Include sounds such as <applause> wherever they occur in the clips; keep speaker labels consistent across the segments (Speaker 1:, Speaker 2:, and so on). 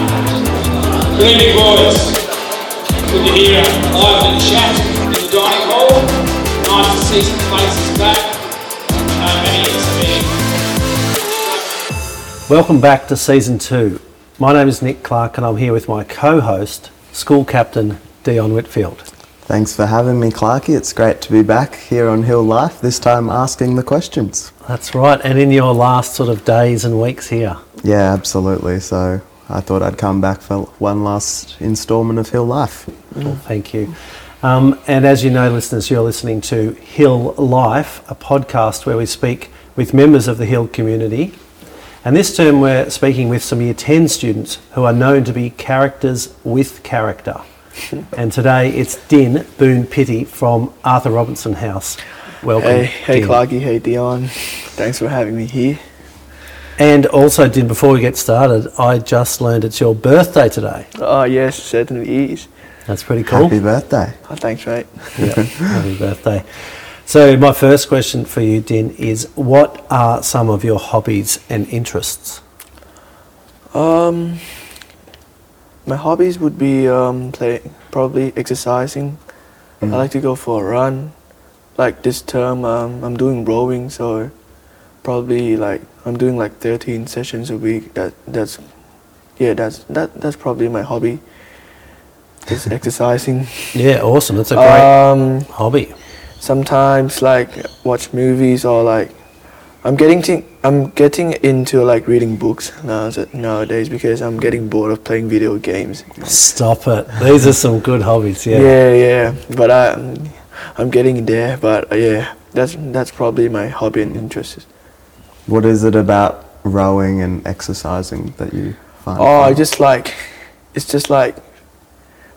Speaker 1: Good evening, boys. Good to hear live and chat in the dining hall. Nice to see some faces back. Uh, many it's been
Speaker 2: Welcome back to season two. My name is Nick Clark, and I'm here with my co host, school captain Dion Whitfield.
Speaker 3: Thanks for having me, Clarky. It's great to be back here on Hill Life, this time asking the questions.
Speaker 2: That's right, and in your last sort of days and weeks here.
Speaker 3: Yeah, absolutely. So I thought I'd come back for one last instalment of Hill Life.
Speaker 2: Well, thank you. Um, and as you know, listeners, you're listening to Hill Life, a podcast where we speak with members of the Hill community. And this term, we're speaking with some Year 10 students who are known to be characters with character.
Speaker 4: <laughs>
Speaker 2: and today it's Din Boone Pitty from Arthur Robinson House. Welcome.
Speaker 4: Hey, hey,
Speaker 2: Din.
Speaker 4: Clarky, hey, Dion. Thanks for having me here.
Speaker 2: And also, Din, before we get started, I just learned it's your birthday today.
Speaker 4: Oh, yes, certainly is.
Speaker 2: That's pretty cool.
Speaker 3: Happy birthday.
Speaker 4: Oh, thanks, mate.
Speaker 2: Yeah, <laughs> happy birthday. So, my first question for you, Din, is what are some of your hobbies and interests?
Speaker 4: Um, my hobbies would be um, play, probably exercising. I like to go for a run. Like this term, um, I'm doing rowing, so probably like I'm doing like 13 sessions a week. That that's yeah, that's that that's probably my hobby. <laughs> Is exercising.
Speaker 2: Yeah, awesome. That's a great
Speaker 4: Um,
Speaker 2: hobby.
Speaker 4: sometimes like watch movies or like I'm getting to, I'm getting into like reading books now nowadays because I'm getting bored of playing video games.
Speaker 2: Stop it. These are some good hobbies. Yeah.
Speaker 4: yeah, yeah, but I I'm getting there. But uh, yeah, that's that's probably my hobby and interest.
Speaker 3: What is it about rowing and exercising that you find?
Speaker 4: Oh, I
Speaker 3: fun?
Speaker 4: just like it's just like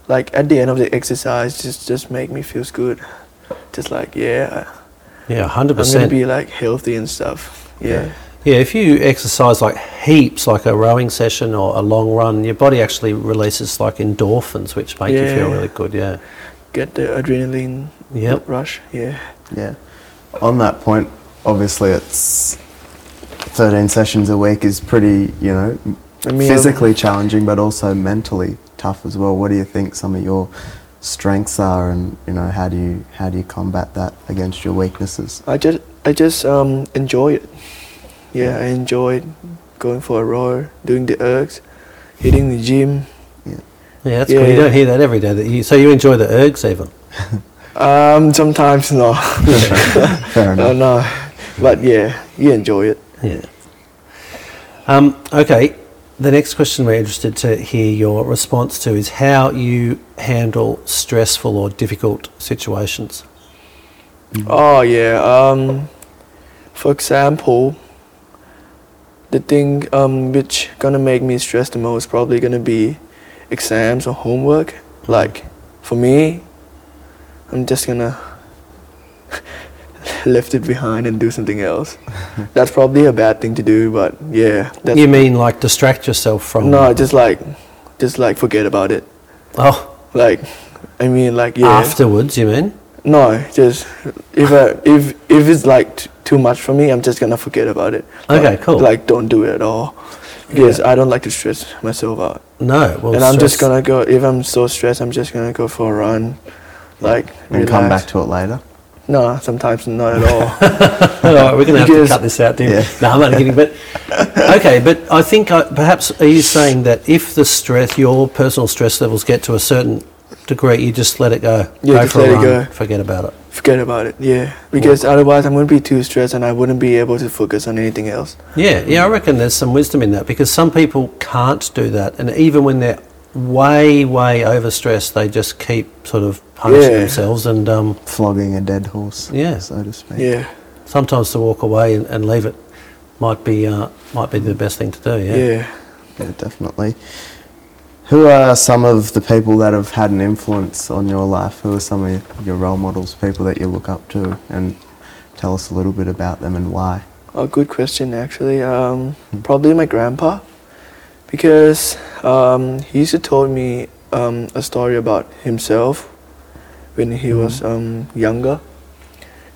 Speaker 4: like at the end of the exercise, just just make me feels good. Just like yeah,
Speaker 2: Yeah,
Speaker 4: I'm gonna
Speaker 2: 100%.
Speaker 4: be like healthy and stuff. yeah.
Speaker 2: yeah, if you exercise like heaps, like a rowing session or a long run, your body actually releases like endorphins, which make you feel
Speaker 4: Yeah.
Speaker 2: really good. Yeah.
Speaker 4: get the adrenaline
Speaker 2: Yep.
Speaker 4: rush. Yeah.
Speaker 3: Yeah. On that point, obviously, it's 13 sessions a week is pretty, you know,
Speaker 4: I mean, um,
Speaker 3: physically challenging, but also mentally tough as well. What do you think some of your strengths are, and you know, how do you how do you combat that against your
Speaker 4: <laughs>
Speaker 3: weaknesses?
Speaker 4: I just I just um enjoy it. Yeah, I enjoy going for a row, doing the ergs, hitting the gym.
Speaker 2: Yeah, that's
Speaker 4: Yeah,
Speaker 2: cool. You
Speaker 4: yeah.
Speaker 2: don't hear that every day. That you, so, you enjoy the ergs even?
Speaker 4: Um, sometimes no, <laughs>
Speaker 3: Fair
Speaker 4: no,
Speaker 3: enough.
Speaker 4: no, but yeah, you enjoy it.
Speaker 2: Yeah. Um, okay. The next question we're interested to hear your response to is how you handle stressful or difficult situations.
Speaker 4: Oh yeah. Um, for example, the thing um which gonna make me stress the most probably gonna be exams or homework. Like for me, I'm just gonna <laughs> left it behind and do something else. that's probably a bad thing to do, but yeah. That's,
Speaker 2: you mean like distract yourself from?
Speaker 4: no, just like, just like forget about it.
Speaker 2: Oh,
Speaker 4: Like, I mean, like yeah.
Speaker 2: afterwards, you mean?
Speaker 4: No, just if I, if if it's like t- too much for me, I'm just gonna forget about it.
Speaker 2: Okay,
Speaker 4: Like-
Speaker 2: cool.
Speaker 4: Like don't do it at all because I don't like to stress myself out.
Speaker 2: No. Well,
Speaker 4: and I'm just
Speaker 2: stress-
Speaker 4: gonna go if I'm so stressed, I'm just gonna go for a run, like
Speaker 3: And come back
Speaker 4: relax.
Speaker 3: to it later.
Speaker 4: No, sometimes not at all.
Speaker 2: <laughs> All right, we're going to have to
Speaker 4: Because-
Speaker 2: cut this out, dude.
Speaker 3: Yeah.
Speaker 2: No, I'm only kidding.
Speaker 4: <laughs>
Speaker 2: But okay, but I think I, perhaps are you saying that if the stress, your personal stress levels get to a certain degree, you just let it go,
Speaker 4: Yeah,
Speaker 2: go
Speaker 4: just
Speaker 2: for
Speaker 4: let
Speaker 2: a
Speaker 4: it
Speaker 2: run,
Speaker 4: go.
Speaker 2: forget about it.
Speaker 4: forget about it. Yeah, because otherwise I'm gonna be too stressed and I wouldn't be able to focus on anything else.
Speaker 2: Yeah, yeah, I reckon there's some wisdom in that because some people can't do that, and even when they're way, way overstressed, they just keep sort of punishing
Speaker 4: Yeah.
Speaker 2: themselves, and um,
Speaker 3: Flogging a dead horse,
Speaker 2: Yeah.
Speaker 3: so to speak.
Speaker 4: Yeah,
Speaker 2: sometimes to walk away and, and leave it might be uh, might be the best thing to do.
Speaker 4: yeah.
Speaker 3: Yeah, definitely. Who are some of the people that have had an influence on your life? Who are some of your role models, people that you look up to, and tell us a little bit about them and why?
Speaker 4: A good question, actually. Um, probably my grandpa, because um, he used to tell me um, a story about himself when he was um, younger.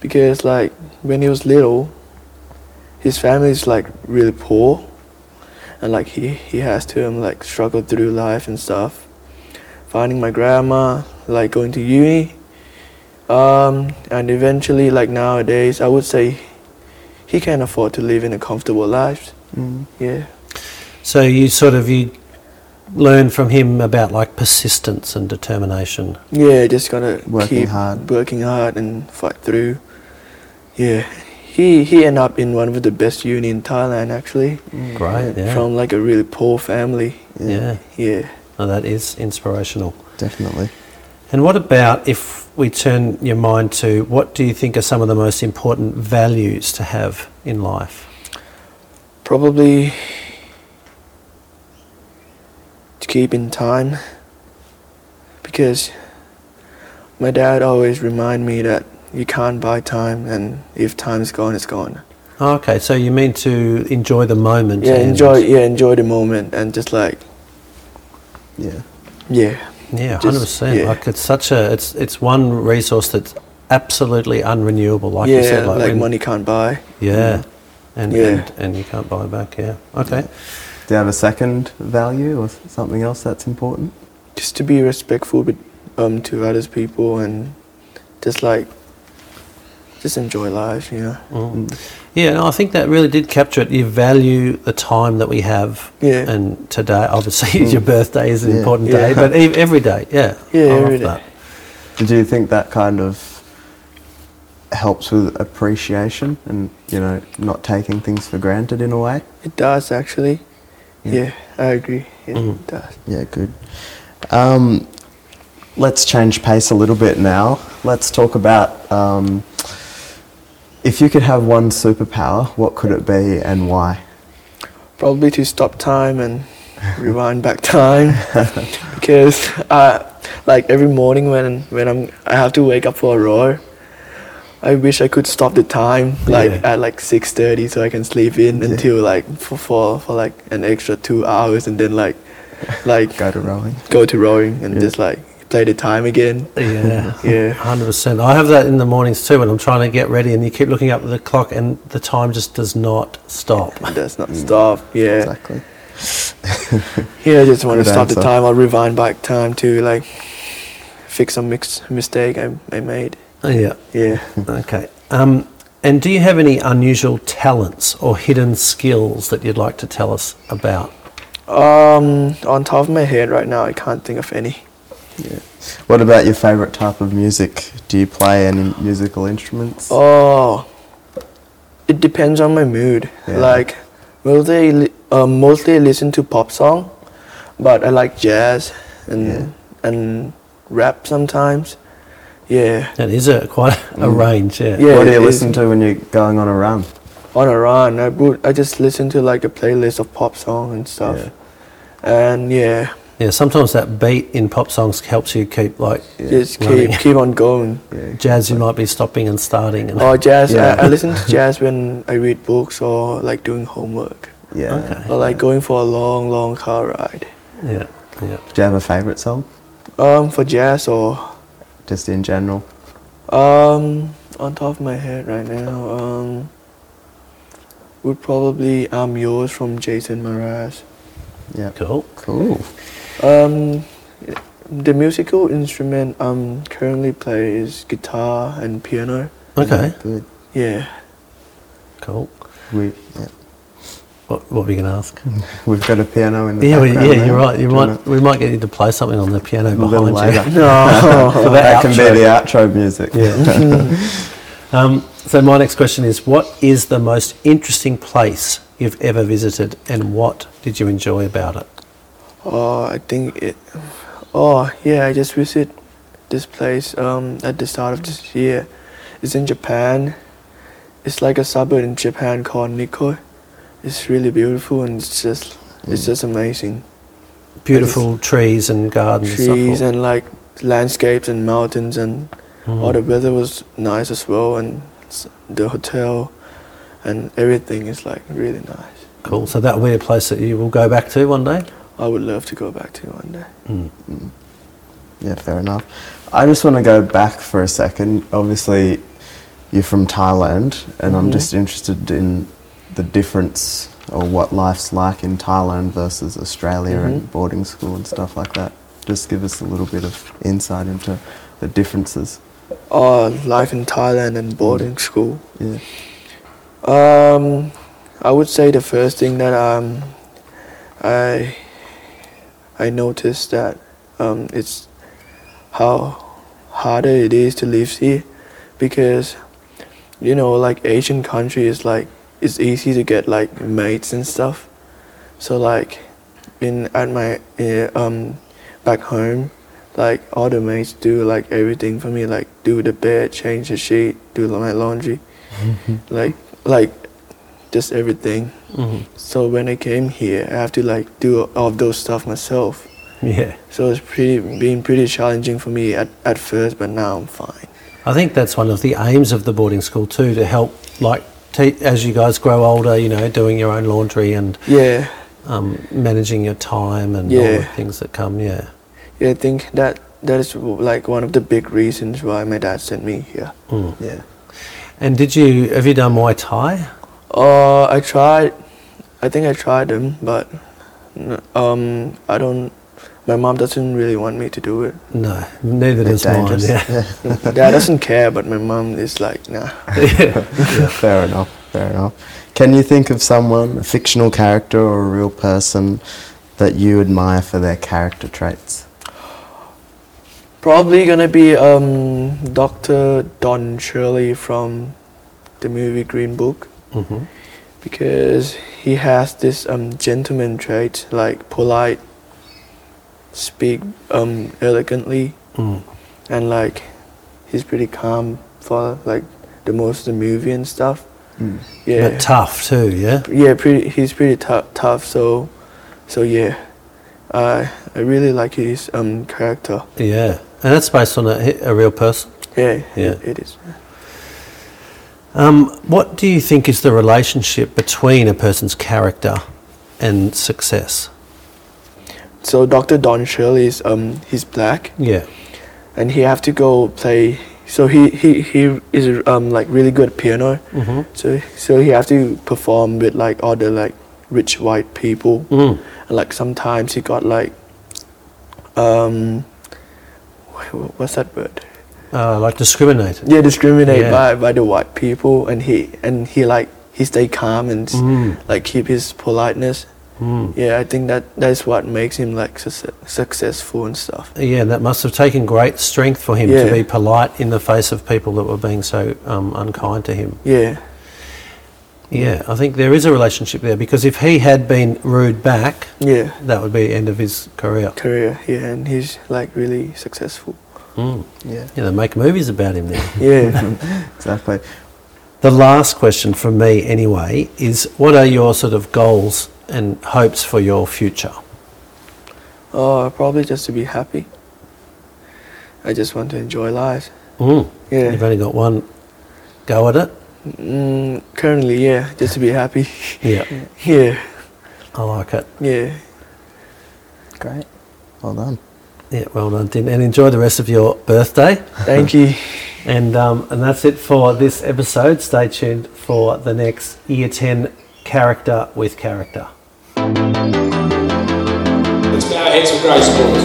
Speaker 4: Because like when he was little, his family is like really poor, and like he he has to um, like struggle through life and stuff. Finding my grandma, like going to uni, um, and eventually like nowadays, I would say he can afford to live in a comfortable life.
Speaker 3: Mm.
Speaker 4: Yeah,
Speaker 2: So you sort of you learn from him about like persistence and determination.
Speaker 4: yeah, just gotta
Speaker 3: Working
Speaker 4: keep
Speaker 3: hard.
Speaker 4: working hard and fight through. Yeah, he he ended up in one of the best uni in Thailand actually,
Speaker 2: Great. Yeah.
Speaker 4: Mm. from like a really poor family.
Speaker 2: yeah.
Speaker 4: Yeah.
Speaker 2: No, that is inspirational.
Speaker 3: Definitely.
Speaker 2: And what about if we turn your mind to what do you think are some of the most important values to have in life?
Speaker 4: Probably to keep in time because my dad always remind me that you can't buy time and if time's gone it's gone.
Speaker 2: Oh, okay, so you mean to enjoy the moment?
Speaker 4: Yeah,
Speaker 2: and-
Speaker 4: enjoy yeah, enjoy the moment and just like
Speaker 3: Yeah.
Speaker 4: yeah.
Speaker 2: Yeah,
Speaker 4: Just-
Speaker 2: hundred percent.
Speaker 4: yeah.
Speaker 2: Like it's such a it's it's one resource that's absolutely unrenewable. Like
Speaker 4: yeah,
Speaker 2: you said,
Speaker 4: like,
Speaker 2: when-
Speaker 4: money can't buy.
Speaker 2: Yeah, and,
Speaker 4: Yeah.
Speaker 2: and and you can't buy back. Yeah. Okay.
Speaker 3: Do you have a second value or s- something else that's important?
Speaker 4: Just to be respectful with, um to others people and just like just enjoy life, you know.
Speaker 2: Mm. Yeah, no, I think that really did capture it. You value the time that we have.
Speaker 4: Yeah. Mm.
Speaker 2: And today, obviously, <laughs> your birthday is an
Speaker 3: Yeah.
Speaker 2: important
Speaker 4: Yeah.
Speaker 2: day, but ev- every day, yeah.
Speaker 4: Yeah,
Speaker 2: I love
Speaker 4: every day.
Speaker 2: that.
Speaker 3: Do you think that kind of helps with appreciation and, you know, not taking things for granted in a way?
Speaker 4: It does actually.
Speaker 3: Yeah.
Speaker 4: Yeah, I agree. Yeah,
Speaker 2: Mm.
Speaker 4: It does.
Speaker 3: Yeah, good. Um, let's change pace a little bit now. Let's talk about um, if you could have one superpower, what could it be and why?
Speaker 4: Probably to stop time and rewind
Speaker 3: <laughs>
Speaker 4: back time because uh, like every morning when when I'm I have to wake up for a roar. I wish I could stop the time like
Speaker 2: Yeah.
Speaker 4: at like six thirty so I can sleep in
Speaker 3: Yeah.
Speaker 4: until like for, for for like an extra two hours and then
Speaker 3: <laughs>
Speaker 4: like like
Speaker 3: Go to rowing.
Speaker 4: go to rowing and
Speaker 3: Yeah.
Speaker 4: just like play the time again.
Speaker 3: <laughs>
Speaker 2: Yeah.
Speaker 4: <laughs>
Speaker 2: <laughs>
Speaker 4: Yeah.
Speaker 2: 100%. I have that in the mornings too when I'm trying to get ready, and you keep looking up at the clock, and the time just does not
Speaker 4: <laughs>
Speaker 2: stop.
Speaker 4: It does not stop. Yeah.
Speaker 3: Exactly.
Speaker 4: Yeah, I just want to
Speaker 3: Good
Speaker 4: stop the
Speaker 3: answer.
Speaker 4: time. I'll rewind back time to like fix some mix- mistake I, I made.
Speaker 2: Yeah.
Speaker 4: Yeah.
Speaker 2: Okay. Um, and do you have any unusual talents or hidden skills that you'd like to tell us about?
Speaker 4: Um, on top of my head right now, I can't think of any.
Speaker 3: Yeah. What about your favourite type of music? Do you play any musical instruments?
Speaker 4: Oh, it depends on my mood.
Speaker 3: Yeah.
Speaker 4: Like, mostly, li- um, mostly I listen to pop song, but I like jazz and and rap sometimes. Yeah.
Speaker 2: That is a quite <laughs> a range, yeah.
Speaker 4: Mm. Yeah.
Speaker 3: what do
Speaker 4: it
Speaker 3: you
Speaker 4: is-
Speaker 3: listen to when you're going on a run?
Speaker 4: on a run, I would I just listen to like a playlist of pop song and stuff,
Speaker 3: Yeah.
Speaker 4: and yeah,
Speaker 2: Yeah, sometimes that beat in pop songs helps you keep like
Speaker 4: just
Speaker 2: Running.
Speaker 4: keep keep on going.
Speaker 2: <laughs>
Speaker 3: Yeah.
Speaker 2: jazz. You might be stopping and starting. And
Speaker 3: Oh,
Speaker 4: Or jazz,
Speaker 3: Yeah.
Speaker 4: I, I listen to jazz when I read books or like doing homework
Speaker 3: Yeah.
Speaker 2: Okay.
Speaker 4: or like going for a long, long car ride.
Speaker 2: yeah, yeah.
Speaker 3: Do you have a favourite song?
Speaker 4: Um, for jazz or
Speaker 3: Just in general?
Speaker 4: um, on top of my head right now, um, would probably "I'm Yours" from Jason Mraz.
Speaker 3: Yeah.
Speaker 2: Cool.
Speaker 3: Cool.
Speaker 4: Um, the musical instrument I'm currently play is guitar and piano.
Speaker 2: Okay.
Speaker 3: Good.
Speaker 4: Yeah. <laughs>
Speaker 2: Cool.
Speaker 3: We, yeah.
Speaker 2: What, what were you going to ask?
Speaker 3: We've got a piano in the
Speaker 2: Yeah, we,
Speaker 3: background.
Speaker 2: yeah,
Speaker 3: there.
Speaker 2: you're right. You
Speaker 3: Do
Speaker 2: might.
Speaker 3: wanna-
Speaker 2: We might get you to play something on the piano
Speaker 3: A little
Speaker 2: behind you.
Speaker 3: later.
Speaker 4: No.
Speaker 2: For that
Speaker 3: That can
Speaker 2: outro.
Speaker 3: be the outro music.
Speaker 2: <laughs> Yeah. <laughs> um, so my next question is: What is the most interesting place you've ever visited, and what did you enjoy about it?
Speaker 4: oh, I think it. Oh yeah, I just visit this place um, at the start of
Speaker 2: Mm.
Speaker 4: this year. It's in Japan. It's like a suburb in Japan called Nikko. It's really beautiful and it's just
Speaker 2: Mm.
Speaker 4: it's just amazing.
Speaker 2: Beautiful trees and gardens.
Speaker 4: Trees
Speaker 2: and
Speaker 4: and like landscapes and mountains and
Speaker 2: stuff. Mm.
Speaker 4: All the weather was nice as well, and s- the hotel and everything is like really nice.
Speaker 2: Cool. So that will be a place that you will go back to one day.
Speaker 4: I would love to go back to one day.
Speaker 3: Yeah, fair enough. I just want to go back for
Speaker 2: Mm-hmm.
Speaker 3: a second. Obviously, you're from Thailand, and I'm just interested in the difference or what life's like in Thailand versus Australia
Speaker 2: Mm-hmm.
Speaker 3: and boarding school and stuff like that. Just give us a little bit of insight into the differences.
Speaker 4: Or Oh, life in Thailand and boarding
Speaker 2: Mm.
Speaker 4: school.
Speaker 3: Yeah.
Speaker 4: Um, I would say the first thing that um, I I noticed that um, it's how harder it is to live here because you know like Asian country is like it's easy to get like mates and stuff. So like in at my eh, um back home, like all the mates do like everything for me, like do the bed, change the sheet, do my laundry, like like just everything. So when I came here, I have to like do all of those stuff myself.
Speaker 2: Yeah.
Speaker 4: So it's pretty been pretty challenging for me at, at first, but now I'm fine.
Speaker 2: I think that's one of the aims of the boarding school too to help, like, te- as you guys grow older, you know, doing your own laundry and
Speaker 4: Yeah,
Speaker 2: um, managing your time and all the
Speaker 4: Yeah.
Speaker 2: things that come. Yeah.
Speaker 4: yeah. I think that that is like one of the big reasons why my dad sent me here.
Speaker 3: Yeah.
Speaker 2: And did you have you done Muay Thai?
Speaker 4: Uh, I tried. I think I tried them, but n- um, I don't. My mom doesn't really want me to do it.
Speaker 2: No, neither
Speaker 3: They're
Speaker 2: does mine.
Speaker 4: <laughs>
Speaker 3: dangerous.
Speaker 2: Yeah.
Speaker 4: Dad doesn't care, but my mom is like, nah.
Speaker 3: Fair enough. Fair enough. Can you think of someone, a fictional character or a real person, that you admire for their character traits?
Speaker 4: Probably gonna be um, Doctor Don Shirley from the movie Green Book.
Speaker 2: hmm
Speaker 4: because he has this um, gentleman trait, like polite, speak um, elegantly,
Speaker 2: Mm.
Speaker 4: and like he's pretty calm for like the most of the movie and stuff. Yeah,
Speaker 2: But tough too. Yeah.
Speaker 4: yeah, pretty. He's pretty tough, tough. So, so yeah, I I really like his um character.
Speaker 2: Yeah. And that's based on a, a real person.
Speaker 4: Yeah,
Speaker 2: Yeah.
Speaker 4: it- it is.
Speaker 2: Um, what do you think is the relationship between a person's character and success?
Speaker 4: So Dr. Don Shirley is um he's black.
Speaker 2: Yeah.
Speaker 4: and he have to go play. So he he he is um like really good piano.
Speaker 2: Mm-hmm.
Speaker 4: So so he have to perform with like all the like rich white people.
Speaker 2: Mm.
Speaker 4: And like sometimes he got like um wh- wh- what's that word?
Speaker 2: Uh, like discriminated.
Speaker 4: Yeah, discriminate
Speaker 2: Yeah.
Speaker 4: by by the white people, and he and he like he stay calm and s
Speaker 2: Mm.
Speaker 4: like keep his politeness. Yeah, I think that that's what makes him like success, successful and stuff.
Speaker 2: Yeah, and that must have taken great strength for him to
Speaker 4: Yeah.
Speaker 2: be polite in the face of people that were being so um, unkind to him.
Speaker 4: Yeah,
Speaker 2: Yeah, I think there is a relationship there because if he had been rude back,
Speaker 4: yeah.
Speaker 2: that would be end of his career.
Speaker 4: career yeah and he's like really successful
Speaker 3: Yeah.
Speaker 2: Yeah, they Hmm. make movies about him now.
Speaker 4: yeah
Speaker 3: Exactly.
Speaker 2: the last question from me, anyway, is what are your sort of goals and hopes for your future?
Speaker 4: uh, probably just to be happy i just want to enjoy life
Speaker 2: Mm.
Speaker 4: Yeah.
Speaker 2: You've only got one go at it.
Speaker 4: mm, currently yeah just to be happy <laughs>
Speaker 2: Yeah,
Speaker 4: yeah
Speaker 2: I like it.
Speaker 4: yeah
Speaker 3: Great. Well done.
Speaker 2: Yeah, well done, Tim. And enjoy the rest of your birthday.
Speaker 4: thank you
Speaker 2: And um, and that's it for this episode. Stay tuned for the next Year Ten Character with Character.
Speaker 1: Let's bow our heads with great sports.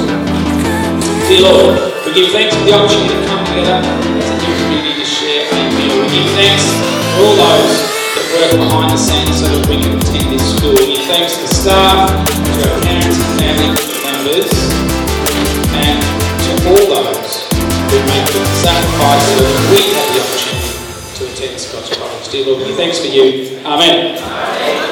Speaker 1: Dear Lord, we give thanks for the opportunity to come together as a new community to share a meal. We give thanks for all those that work behind the scenes so that we can attend this school. We give thanks to the staff, to our parents and family members, and to all those who make the sacrifice so that we have the opportunity to attend Scotch College. Dear Lord, we give thanks for you. Amen.